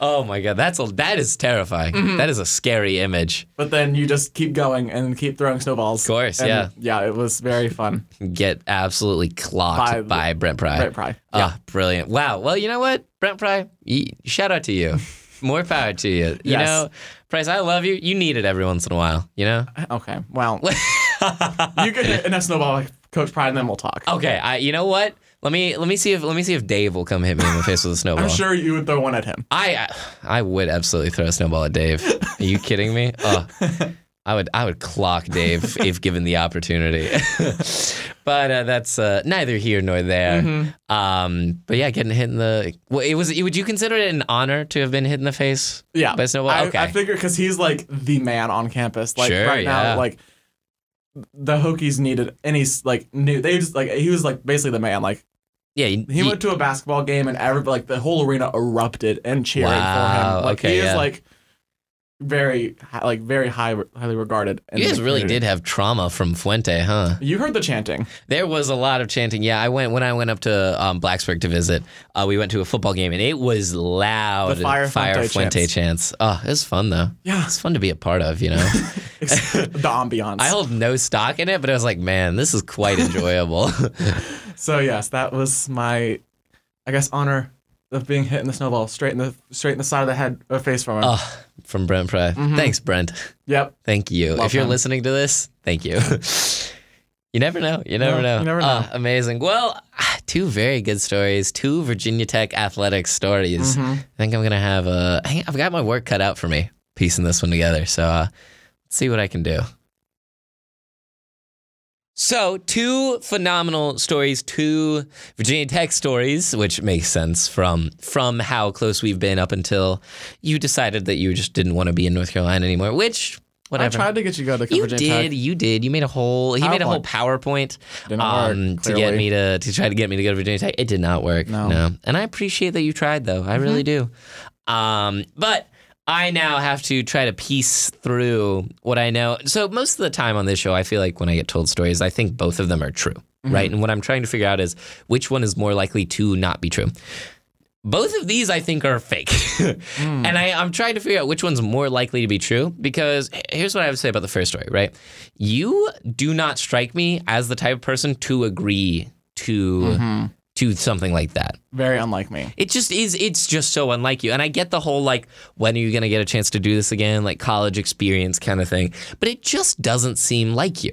S2: oh my god, that's a, that is terrifying.
S3: Mm-hmm.
S2: That is a scary image.
S3: But then you just keep going and keep throwing snowballs. Of
S2: course,
S3: and,
S2: yeah.
S3: yeah. It was
S2: [LAUGHS]
S3: very fun.
S2: Get absolutely clocked by,
S3: By-
S2: Brent Pry.
S3: Brent Pry,
S2: Ah, brilliant! Wow. Well, you know what, Brent Pry, y- shout out to you. More power to you. You
S3: Yes.
S2: know, Price, I love you. You need it every once in a while. You know.
S3: Okay,
S2: [LAUGHS]
S3: well, you can hit enough snowball, like Coach Pride, and then we'll talk.
S2: Okay. I. You know what? Let me let me see if let me see if Dave will come hit me in the face with a snowball.
S3: [LAUGHS] I'm sure you would throw one at him.
S2: I I would absolutely throw a snowball at Dave. Are you kidding
S3: [LAUGHS]
S2: me? Ugh. I would I would clock Dave if given the opportunity. [LAUGHS] but uh, that's uh, neither here nor there.
S3: Mm-hmm.
S2: Um, but yeah, getting hit in the well, it was. Would you consider it an honor to have been hit in the face?
S3: Yeah,
S2: by a snowball.
S3: I,
S2: okay.
S3: I figure because he's like the man on campus. Like
S2: Sure,
S3: right
S2: yeah.
S3: now, like the Hokies needed any like new. They just like he was like basically the man. Like
S2: yeah. You,
S3: he
S2: you-
S3: went to a basketball game and every like the whole arena erupted and cheering
S2: Wow,
S3: for him. Like
S2: okay,
S3: he is
S2: yeah.
S3: like very hi- like very high highly regarded. in
S2: you
S3: the
S2: guys really
S3: community.
S2: did have trauma from Fuente, huh?
S3: You heard the chanting.
S2: There was a lot of chanting. Yeah, I went when I went up to um, Blacksburg to visit. Uh, we went to a football game, and it was loud.
S3: The Fire Fuente
S2: Fuente
S3: chants.
S2: chants. Oh, it was fun though.
S3: Yeah.
S2: it's fun to be a part of. You
S3: [LAUGHS]
S2: know,
S3: [LAUGHS] the ambiance.
S2: I hold no stock in it, but I was like, man, this is quite
S3: [LAUGHS]
S2: enjoyable.
S3: so yes, that was my, I guess, honor of being hit in the snowball straight in the straight in the side of the head or face from him.
S2: oh, from Brent Pry. Thanks, Brent.
S3: yep.
S2: Thank you. if you're
S3: Mm-hmm. Welcome.
S2: listening to this, thank you. you never know. You never
S3: No,
S2: know.
S3: you never know.
S2: Ah, amazing. Well, ah, two very good stories. Two Virginia Tech athletics stories.
S3: Mm-hmm.
S2: I think I'm gonna have a. I think I've got my work cut out for me piecing this one together. So uh, let's see what I can do. So, two phenomenal stories, two Virginia Tech stories, which makes sense from from how close we've been up until you decided that you just didn't want to be in North Carolina anymore, which
S3: I
S2: whatever.
S3: tried to get you to go to
S2: you
S3: Virginia
S2: did,
S3: Tech.
S2: you did. You made a whole he made a whole PowerPoint
S3: Didn't
S2: um,
S3: work,
S2: to get
S3: clearly.
S2: me to to try to get me to go to Virginia Tech. It did not work. No.
S3: No. Mm-hmm.
S2: And I appreciate that you tried though. I really do. Um, but I now have to try to piece through what I know. So most of the time on this show, I feel like when I get told stories, I think both of them are true,
S3: Mm-hmm.
S2: right? And what I'm trying to figure out is which one is more likely to not be true. Both of these I think are fake. [LAUGHS] And I, I'm trying to figure out which one's more likely to be true because h- here's what I would say about the first story, right? You do not strike me as the type of person to agree to to something like that.
S3: Very unlike me.
S2: It just is. It's just so unlike you. And I get the whole like, when are you gonna get a chance to do this again? Like college experience kind of thing. But it just doesn't seem like you.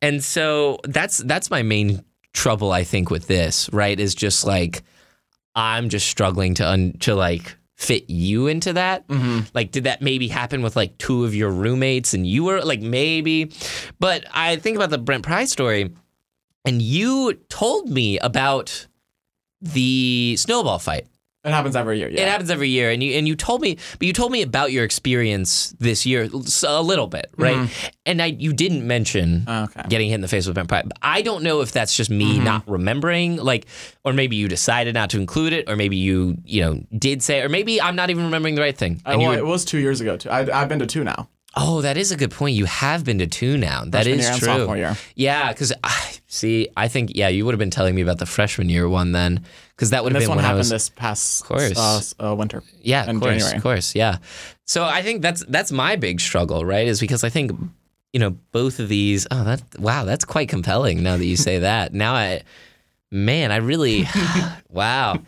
S2: And so that's that's my main trouble. I think with this, right, is just like I'm just struggling to un- to like fit you into that. Like, did that maybe happen with like two of your roommates and you were like maybe? But I think about the Brent Pry story, and you told me about the snowball fight.
S3: It happens every year. Yeah.
S2: It happens every year, and you and you told me, but you told me about your experience this year s- a little bit, right?
S3: Mm-hmm.
S2: And I you didn't mention
S3: Oh, Okay.
S2: getting hit in the face with a vampire. But I don't know if that's just me
S3: Mm-hmm.
S2: not remembering, like, or maybe you decided not to include it, or maybe you you know did say, or maybe I'm not even remembering the right thing.
S3: I-
S2: And you
S3: well,
S2: were-
S3: it was two years ago too. I, I've been to two now.
S2: oh, that is a good point. You have been to two now. That
S3: Freshman
S2: is
S3: year and
S2: true.
S3: sophomore year.
S2: Yeah, because I see. I think yeah, you would have been telling me about the freshman year one then, because that would have
S3: And this
S2: been
S3: one
S2: when I
S3: happened
S2: was.
S3: this past
S2: course.
S3: uh, s- uh, winter.
S2: Yeah, of
S3: in
S2: course,
S3: January.
S2: of course, yeah. So I think that's that's my big struggle, right? Is because I think you know both of these. Oh, that wow, that's quite compelling. Now that you say that, now I, man, I really, [SIGHS] wow.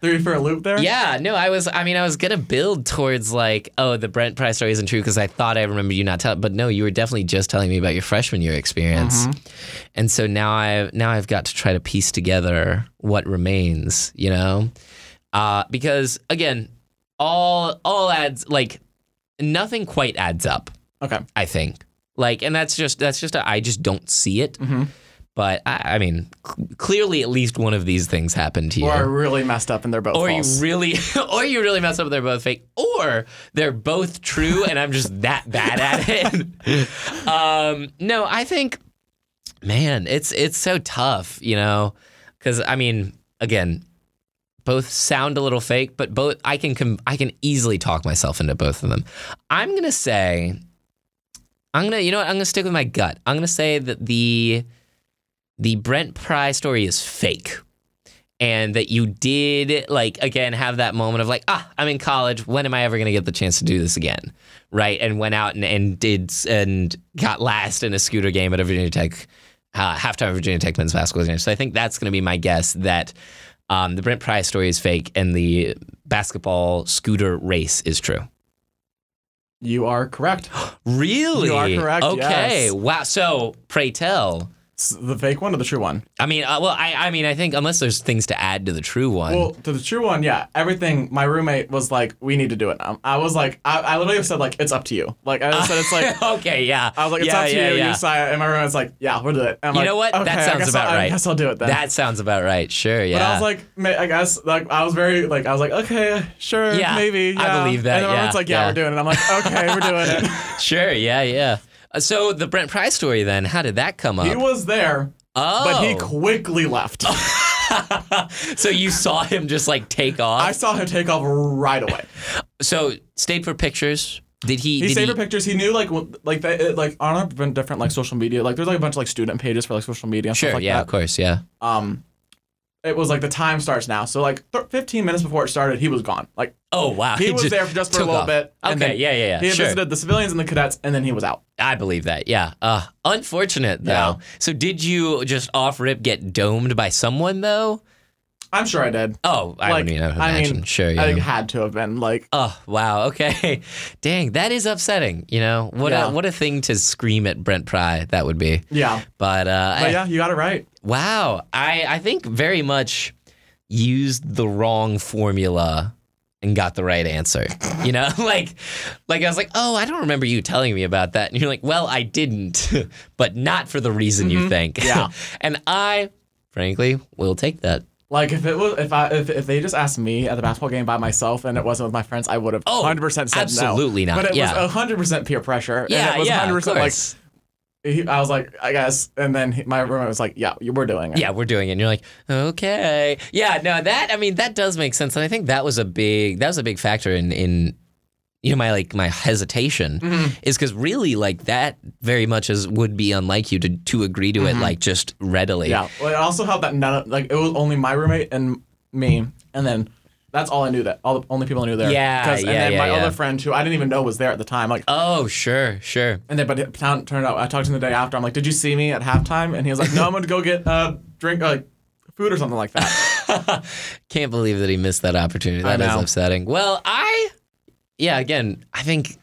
S3: Threw you for a loop there?
S2: [LAUGHS] Yeah, no, I was. I mean, I was gonna build towards like, oh, the Brent Price story isn't true because I thought I remembered you not telling, but no, you were definitely just telling me about your freshman year experience, and so now I now I've got to try to piece together what remains, you know, uh, because again, all all adds like nothing quite adds up.
S3: Okay.
S2: I think like, and that's just that's just a, I just don't see it.
S3: Mhm.
S2: But I, I mean, cl- clearly, at least one of these things happened to you
S3: Or I really messed up and they're both
S2: or
S3: false.
S2: you really [LAUGHS] or you really mess up and they're both fake or they're both true and i'm just that bad at it um no i think man it's it's so tough you know because i mean again both sound a little fake but both i can com- i can easily talk myself into both of them i'm gonna say i'm gonna you know what i'm gonna stick with my gut i'm gonna say that the the brent pry story is fake and that you did like again have that moment of like ah i'm in college when am i ever going to get the chance to do this again right and went out and, and did and got last in a scooter game at a virginia tech uh, halftime virginia tech men's basketball game so i think that's going to be my guess that um, the brent price story is fake and the basketball scooter race is true
S3: You are correct. [GASPS]
S2: really
S3: You are correct,
S2: okay
S3: yes.
S2: wow so pray tell
S3: It's the fake one or the true one?
S2: i mean uh, well I, I mean i think unless there's things to add to the true one
S3: Well, to the true one, yeah. Everything. My roommate was like, "We need to do it." Now. I was like, I, I literally said like, "It's up to you." Like I just said,
S2: [LAUGHS]
S3: it's
S2: [LAUGHS]
S3: like.
S2: okay yeah
S3: I was like, it's
S2: yeah,
S3: up to
S2: yeah,
S3: you,
S2: yeah.
S3: you sign it. And my roommate's like, yeah, we'll do it. And I'm
S2: You
S3: like,
S2: know what? That
S3: "Okay, I
S2: sounds
S3: guess
S2: about
S3: I'll, I
S2: right.
S3: guess I'll do it then.
S2: That sounds about right. Sure. Yeah.
S3: But I was like, ma- I guess, like, I was very, like, I was like, okay, sure,
S2: Yeah,
S3: maybe.
S2: I
S3: yeah.
S2: believe that,
S3: And then
S2: yeah,
S3: everyone's like, yeah,
S2: yeah.
S3: we're doing it. I'm like, okay, we're
S2: [LAUGHS]
S3: doing it.
S2: sure. Yeah. Yeah. Uh, So the Brent Price story, then, how did that come up?
S3: He was there,
S2: oh,
S3: but he quickly left.
S2: [LAUGHS] so you saw him just like take off.
S3: I saw him take off right away.
S2: so stayed for pictures. Did he?
S3: He
S2: did
S3: saved
S2: he?
S3: her pictures. He knew like w- like they, it, like on a bunch of different like social media. Like there's like a bunch of like student pages for like social media and
S2: sure.
S3: stuff like
S2: yeah. Of
S3: that.
S2: course. Yeah.
S3: Um, it was like the time starts now. So like th- 15 minutes before it started, he was gone. Like
S2: Oh wow.
S3: he, was there just for a
S2: took
S3: little
S2: off.
S3: bit.
S2: Okay.
S3: and then
S2: yeah. Yeah. Yeah.
S3: He had
S2: sure.
S3: visited the civilians and the cadets, and then he was out.
S2: I believe that. Yeah. Uh, unfortunate though.
S3: Yeah.
S2: So did you just off rip get domed by someone though?
S3: I'm sure I did.
S2: Oh, I
S3: Like,
S2: wouldn't even
S3: I mean,
S2: imagine. sure. Yeah.
S3: I think it had to have been like
S2: Oh wow! Okay, [LAUGHS] dang, that is upsetting. You know what?
S3: Yeah.
S2: A, what a thing to scream at Brent Pry that would be.
S3: yeah.
S2: But, uh,
S3: But yeah, you got it right.
S2: wow, I I think very much used the wrong formula and got the right answer. You know, [LAUGHS] like like I was like, oh, I don't remember you telling me about that, and you're like, well, I didn't, [LAUGHS] but not for the reason you think. [LAUGHS]
S3: Yeah.
S2: and I, frankly, will take that.
S3: Like if it was if I if, if they just asked me at the basketball game by myself and it wasn't with my friends, I would have
S2: Oh,
S3: 100 percent said
S2: absolutely
S3: no.
S2: not.
S3: But it
S2: Yeah.
S3: was 100 percent peer pressure.
S2: yeah,
S3: and it was
S2: yeah,
S3: 100
S2: of
S3: like
S2: course.
S3: he, I was like, I guess. And then he, my roommate was like, Yeah, you- we're doing
S2: [LAUGHS]
S3: it.
S2: yeah, we're doing it. And you're like, okay, yeah, no, that I mean that does make sense, and I think that was a big that was a big factor in in you know my like my hesitation is because really like that very much is would be unlike you to to agree to it like just readily.
S3: Yeah. Well, it also helped that none of like it was only my roommate and me, and then. That's all I knew. That all the only people I knew there.
S2: Yeah,
S3: 'Cause- And
S2: yeah,
S3: then
S2: yeah,
S3: my
S2: yeah.
S3: other friend, who I didn't even know was there at the time, like
S2: Oh, sure, sure.
S3: And then, but it town- turned out, I talked to him the day after. I'm like, "Did you see me at halftime?" And he was like, "No, I'm gonna go get uh, drink, uh, food or something like that."
S2: Can't believe that he missed that opportunity.
S3: I
S2: That is
S3: know.
S2: upsetting. Well, I, yeah, again, I think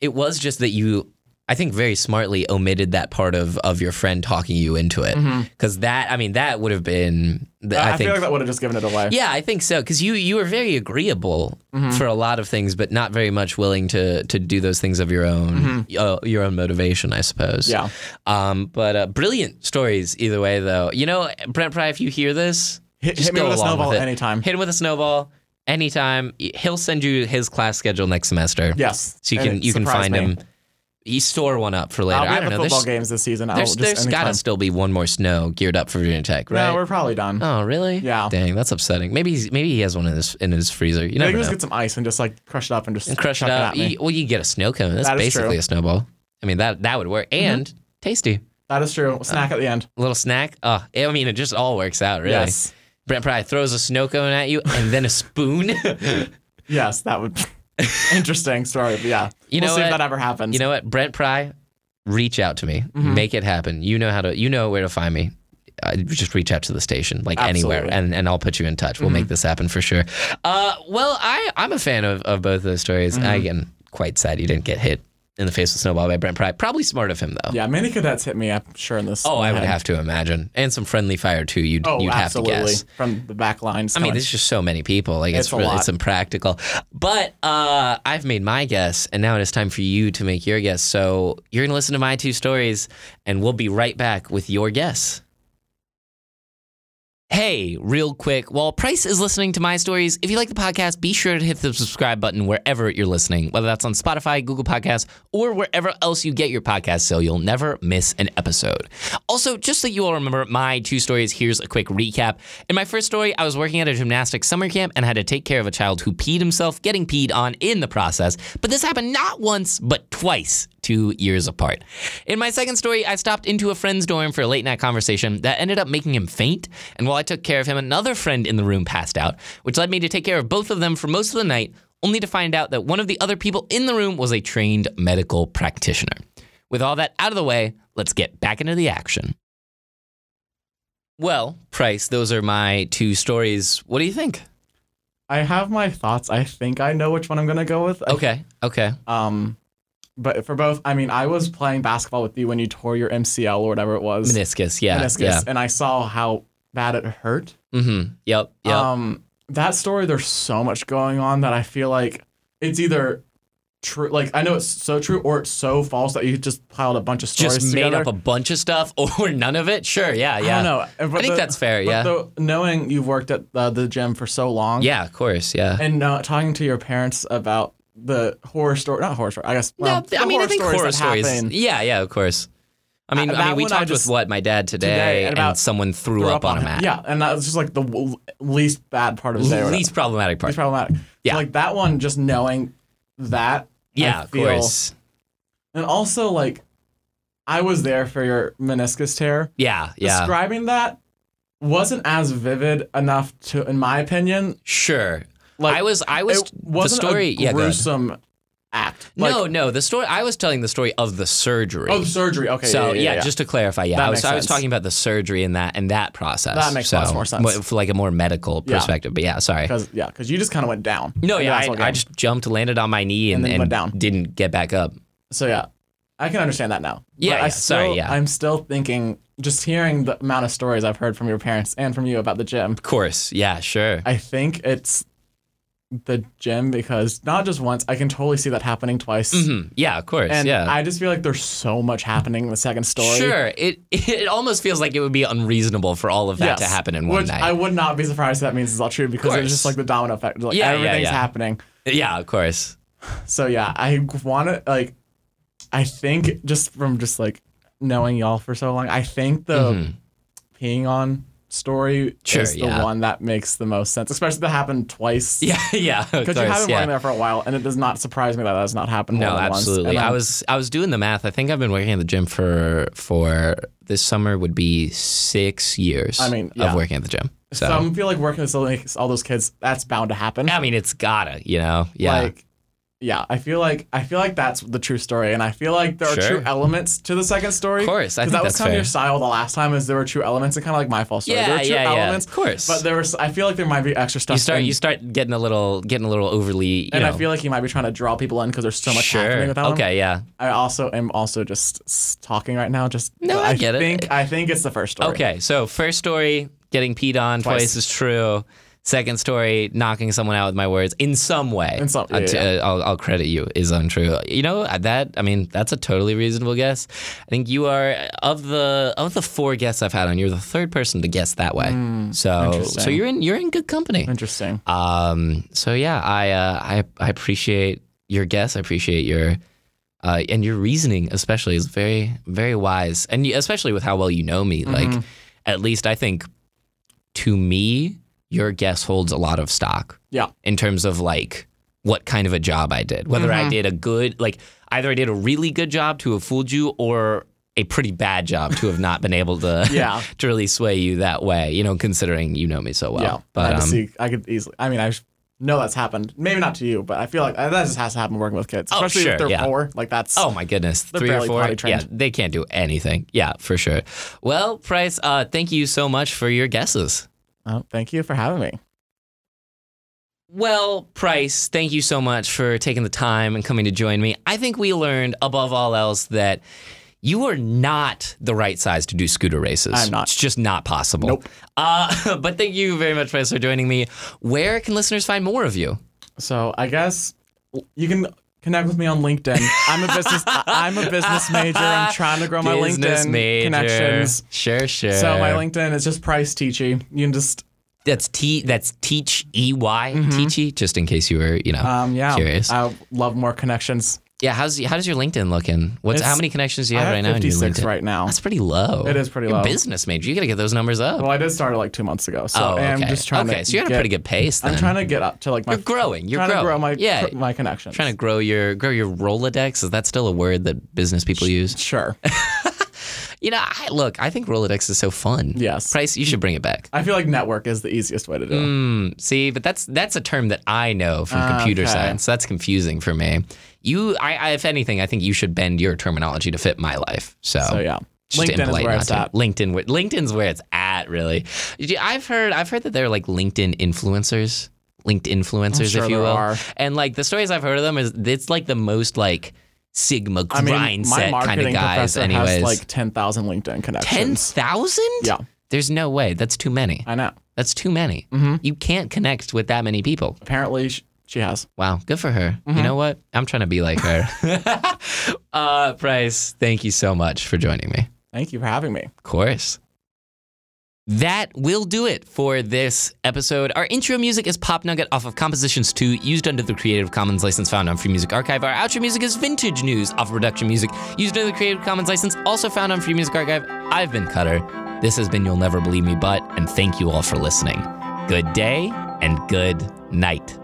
S2: it was just that you, I think very smartly omitted that part of of your friend talking you into it because that, I mean, that would have been, the,
S3: Mm-hmm. Uh, I,
S2: I, think.
S3: feel like that would have just given it away.
S2: yeah, I think so. Because you you were very agreeable
S3: Mm-hmm.
S2: for a lot of things, but not very much willing to to do those things of your own uh, your own motivation, I suppose.
S3: Mm-hmm. Yeah.
S2: Um. But uh, brilliant stories either way, though. You know, Brent Pry, if you hear this,
S3: Hit,
S2: just
S3: hit me
S2: go
S3: with a
S2: along
S3: snowball
S2: with it.
S3: anytime.
S2: Hit him with a snowball anytime. He'll send you his class schedule next semester.
S3: yes.
S2: So you
S3: And
S2: can
S3: it
S2: you can find
S3: surprised me.
S2: him. You store one up for later.
S3: I'll be
S2: I
S3: at
S2: don't
S3: the
S2: know.
S3: football
S2: There's
S3: games this season. I'll
S2: there's,
S3: just
S2: there's
S3: anytime.
S2: gotta still be one more snow geared up for Virginia Tech, right?
S3: No, we're probably done.
S2: oh really?
S3: Yeah.
S2: Dang, that's upsetting. Maybe he's, maybe he has one in his in his freezer. You
S3: Maybe
S2: never know.
S3: just get some ice and just like crush it up and just
S2: And crush
S3: chuck
S2: it up.
S3: at me.
S2: You- well, you get a snow cone. That's
S3: That is true. Mm-hmm.
S2: basically a snowball. I mean that that would work and tasty.
S3: that is true. Snack at the end.
S2: A little snack. Oh, I mean it just all works out Oh, really.
S3: Yes.
S2: Brent Pry throws a snow cone at you and then a spoon.
S3: [LAUGHS] Yes,
S2: [LAUGHS]
S3: that would. Interesting story. But yeah.
S2: You
S3: we'll
S2: know
S3: see
S2: what?
S3: if that ever happens. Mm-hmm.
S2: You know what, Brent Pry, reach out to me, make it happen. You know how to, you know where to find me. uh, just reach out to the station, like anywhere,
S3: Absolutely. Mm-hmm.
S2: and, and I'll put you in touch. We'll make this happen for sure. Uh, well, I, I'm a fan of, of both those stories.
S3: Mm-hmm.
S2: I am quite sad you didn't get hit in the face with Snowball by Brent Pry. Probably smart of him, though.
S3: Yeah, many cadets hit me. I'm sure in this.
S2: Oh, I would have to imagine. And some friendly fire, too, you'd,
S3: Oh,
S2: you'd have to
S3: absolutely.
S2: guess.
S3: From the back lines.
S2: I mean, there's just so many people. Like it's,
S3: It's a
S2: really
S3: lot.
S2: it's impractical. But uh, I've made my guess, and now it is time for you to make your guess. So you're gonna listen to my two stories, and we'll be right back with your guess. Hey, real quick, while Price is listening to my stories, if you like the podcast, be sure to hit the subscribe button wherever you're listening, whether that's on Spotify, Google Podcasts, or wherever else you get your podcast, so you'll never miss an episode. Also, just so you all remember my two stories, here's a quick recap. In my first story, I was working at a gymnastics summer camp and had to take care of a child who peed himself, getting peed on in the process. But this happened not once, but twice two years apart. In my second story, I stopped into a friend's dorm for a late night conversation that ended up making him faint. And while I took care of him, another friend in the room passed out, which led me to take care of both of them for most of the night, only to find out that one of the other people in the room was a trained medical practitioner. With all that out of the way, let's get back into the action. Well, Price, those are my two stories. What do you think?
S3: I have my thoughts. I think I know which one I'm gonna go with. I
S2: Okay, okay.
S3: Um, but for both, I mean, I was playing basketball with you when you tore your MCL or whatever it was,
S2: Meniscus, yeah.
S3: meniscus,
S2: Yeah.
S3: and I saw how bad it hurt.
S2: Mm-hmm. Yep, yep.
S3: Um, that story, there's so much going on that I feel like it's either true, like I know it's so true, or it's so false that you just piled a bunch of stories
S2: just made
S3: together.
S2: up a bunch of stuff [LAUGHS] or none of it. Sure, yeah, yeah.
S3: I don't know.
S2: I think that's fair, yeah.
S3: Though, knowing you've worked at uh, the gym for so long,
S2: Yeah, of course, yeah.
S3: and uh, talking to your parents about the horror story, not horror story, I guess. well,
S2: no, I
S3: the
S2: mean, I
S3: horror
S2: think
S3: stories
S2: horror
S3: that
S2: stories.
S3: happen.
S2: Yeah, yeah, of course. I mean,
S3: Uh,
S2: I
S3: that
S2: mean, we
S3: one I
S2: talked with
S3: just-
S2: what my dad today,
S3: Today,
S2: and,
S3: and about-
S2: someone threw,
S3: threw
S2: up, on a
S3: him.
S2: mat.
S3: Yeah, and that was just like the w- least bad part of his day. or
S2: least problematic
S3: whatever. least
S2: part.
S3: problematic. So,
S2: Yeah.
S3: like that one, just knowing that. I
S2: yeah, of
S3: feel-
S2: course.
S3: And also, like, I was there for your meniscus tear.
S2: Yeah, yeah.
S3: Describing that wasn't as vivid enough to, in my opinion,
S2: sure.
S3: like
S2: I was, I was.
S3: it wasn't
S2: the story. yeah,
S3: a
S2: go ahead.
S3: gruesome act.
S2: no, no. The story. I was telling the story of the surgery.
S3: Oh, surgery. Okay.
S2: So
S3: yeah, yeah, yeah, yeah.
S2: just to clarify, yeah,
S3: That
S2: I was,
S3: makes
S2: I was
S3: sense.
S2: talking about the surgery and that and that process.
S3: That makes
S2: so,
S3: lots more sense.
S2: mo- for like a more medical
S3: Yeah.
S2: perspective. But yeah, sorry.
S3: because yeah, because you just kind of went down.
S2: No,
S3: And
S2: yeah,
S3: that's what
S2: I, I
S3: got-
S2: just jumped, landed on my knee, and,
S3: And then
S2: and
S3: went down.
S2: didn't get back up.
S3: So yeah, I can understand that now.
S2: Yeah,
S3: But I
S2: yeah, sorry,
S3: still-
S2: yeah.
S3: I'm still thinking, just hearing the amount of stories I've heard from your parents and from you about the gym.
S2: Of course, yeah, sure.
S3: I think it's the gym because not just once. I can totally see that happening twice.
S2: Mhm, [CLEARS THROAT] Yeah, of course,
S3: And
S2: yeah.
S3: I just feel like there's so much happening in the second story.
S2: Sure, it [LAUGHS] it almost feels like it would be unreasonable for all of that
S3: Yes.
S2: to happen in one
S3: Which
S2: night.
S3: I would not be surprised if that means it's all true because
S2: course.
S3: it's just like the domino effect. Like
S2: Yeah, yeah,
S3: everything's
S2: yeah.
S3: happening.
S2: [LAUGHS] yeah, of course.
S3: So yeah, I want to like. I think just from just like knowing y'all for so long, I think the peeing on story
S2: Mm-hmm. Sure,
S3: is the
S2: yeah.
S3: one that makes the most sense, especially that happened twice.
S2: Yeah, yeah, of course.
S3: because you haven't been
S2: yeah.
S3: working there for a while, and it does not surprise me that that has not happened.
S2: No,
S3: more than
S2: absolutely.
S3: Once. And
S2: I
S3: I'm-
S2: was I was doing the math. I think I've been working at the gym for for this summer would be six years.
S3: I mean, yeah.
S2: of working at the gym. So,
S3: Some feel like working with so many- all those kids. That's bound to happen.
S2: I mean, it's gotta, you know, yeah,
S3: Like, yeah, I feel like I feel like that's the true story, and I feel like there are
S2: Sure.
S3: true elements to the second story.
S2: Of course, I think
S3: because that was
S2: that's
S3: kind
S2: fair.
S3: of your style the last time. Is there were true elements and kind of like my false story.
S2: yeah,
S3: there were true
S2: yeah, yeah.
S3: elements,
S2: Of course,
S3: but there was. I feel like there might be extra stuff.
S2: you start
S3: and,
S2: you start getting a little getting a little overly. You
S3: and
S2: know,
S3: I feel like he might be trying to draw people in because there's so much
S2: sure.
S3: happening without him.
S2: Okay, yeah.
S3: I also am also just s- talking right now. Just
S2: No, I get it.
S3: think, I think it's the first story.
S2: Okay, so first story, getting peed on twice,
S3: Twice.
S2: is true. Second story, knocking someone out with my words in some way.
S3: In some-
S2: I'll,
S3: yeah,
S2: t- uh,
S3: yeah.
S2: I'll, I'll credit you is untrue. You know uh, that I mean that's a totally reasonable guess. I think you are of the of the four guests I've had on. You're the third person to guess that way. so so
S3: Hmm, interesting.
S2: you're in you're in good company.
S3: Interesting.
S2: Um, so yeah, I, uh, I I appreciate your guess. I appreciate your uh, and your reasoning, especially is very very wise, and you- especially with how well you know me. Like, at least I think to me, your guess holds a lot of stock
S3: Yeah.
S2: in terms of like what kind of a job I did, whether I did a good like either I did a really good job to have fooled you or a pretty bad job to have not been able [LAUGHS] to
S3: Yeah.
S2: to really sway you that way, you know, considering you know me so well. um,
S3: yeah. I could see. I could easily. I mean, I know that's happened. Maybe not to you, but I feel like uh, that just has to happen working with kids,
S2: Oh,
S3: especially
S2: sure,
S3: if they're
S2: yeah.
S3: four. Like that's
S2: Oh my goodness,
S3: They're
S2: three or
S3: barely
S2: four.
S3: potty
S2: Yeah,
S3: trained.
S2: they can't do anything. Yeah, for sure. Well, Price, uh, thank you so much for your guesses.
S3: Oh, thank you for having me.
S2: Well, Price, thank you so much for taking the time and coming to join me. I think we learned above all else that you are not the right size to do scooter races.
S3: I'm not.
S2: It's just not possible.
S3: Nope.
S2: Uh, [LAUGHS] but thank you very much, Price, for joining me. Where can listeners find more of you?
S3: So I guess you can connect with me on LinkedIn. I'm a business. I- I'm
S2: [LAUGHS]
S3: a business major. I'm trying to grow my
S2: Business
S3: LinkedIn
S2: major.
S3: connections.
S2: Sure, sure.
S3: So my LinkedIn is just Price Teachy. You can just
S2: That's T. That's teach E Y teachy. Just in case you were, you know,
S3: Mm-hmm. um yeah.
S2: curious.
S3: I love more connections.
S2: yeah. How's how does your LinkedIn looking? What's how
S3: It's-
S2: many connections do you
S3: I
S2: have,
S3: have
S2: right now? in your
S3: 56
S2: LinkedIn?
S3: right now.
S2: That's pretty low.
S3: It is pretty
S2: You're a
S3: low.
S2: Business major. You got to get those numbers up.
S3: Well, I did start it like two months ago. So
S2: oh, okay.
S3: I'm just trying
S2: okay,
S3: to.
S2: so you're at
S3: get,
S2: a pretty good pace. Then.
S3: I'm trying to get up to like my.
S2: You're growing. You're
S3: trying
S2: growing.
S3: to grow my
S2: yeah.
S3: my connections.
S2: trying to grow your grow your Rolodex. Is that still a word that business people use?
S3: Sure.
S2: You know, I, look, I think Rolodex is so fun.
S3: Yes.
S2: Price, you should bring it back.
S3: [LAUGHS] I feel like network is the easiest way to do it.
S2: Mm, see, but that's that's a term that I know from computer
S3: Ah, Okay.
S2: science. So that's confusing for me. You, I, I, if anything, I think you should bend your terminology to fit my life. So,
S3: So yeah,
S2: just
S3: LinkedIn is
S2: impolite
S3: where
S2: not
S3: it's
S2: to.
S3: at.
S2: LinkedIn, where- LinkedIn's where it's at, really. You- I've heard, I've heard that they're like LinkedIn influencers, LinkedIn influencers,
S3: sure
S2: if you
S3: there
S2: will.
S3: are.
S2: And like the stories I've heard of them is it's like the most like sigma
S3: I
S2: grind
S3: mean,
S2: set
S3: my
S2: kind of
S3: marketing
S2: guys.
S3: professor
S2: Anyways,
S3: has like ten thousand LinkedIn
S2: ten
S3: connections.
S2: thousand.
S3: Yeah,
S2: There's no way. That's too many.
S3: I know. Mm-hmm.
S2: That's too many. You can't connect with that many people.
S3: Apparently, she, she has.
S2: Wow, good for her. You know what? I'm trying to be like her. uh, Price, thank you so much for joining me.
S3: Thank you for having me.
S2: Of course. That will do it for this episode. Our intro music is Pop Nugget off of Compositions 2, used under the Creative Commons license found on Free Music Archive. Our outro music is Vintage News off of Reduction Music, used under the Creative Commons license, also found on Free Music Archive. I've been Cutter. This has been You'll Never Believe Me But, and thank you all for listening. Good day and good night.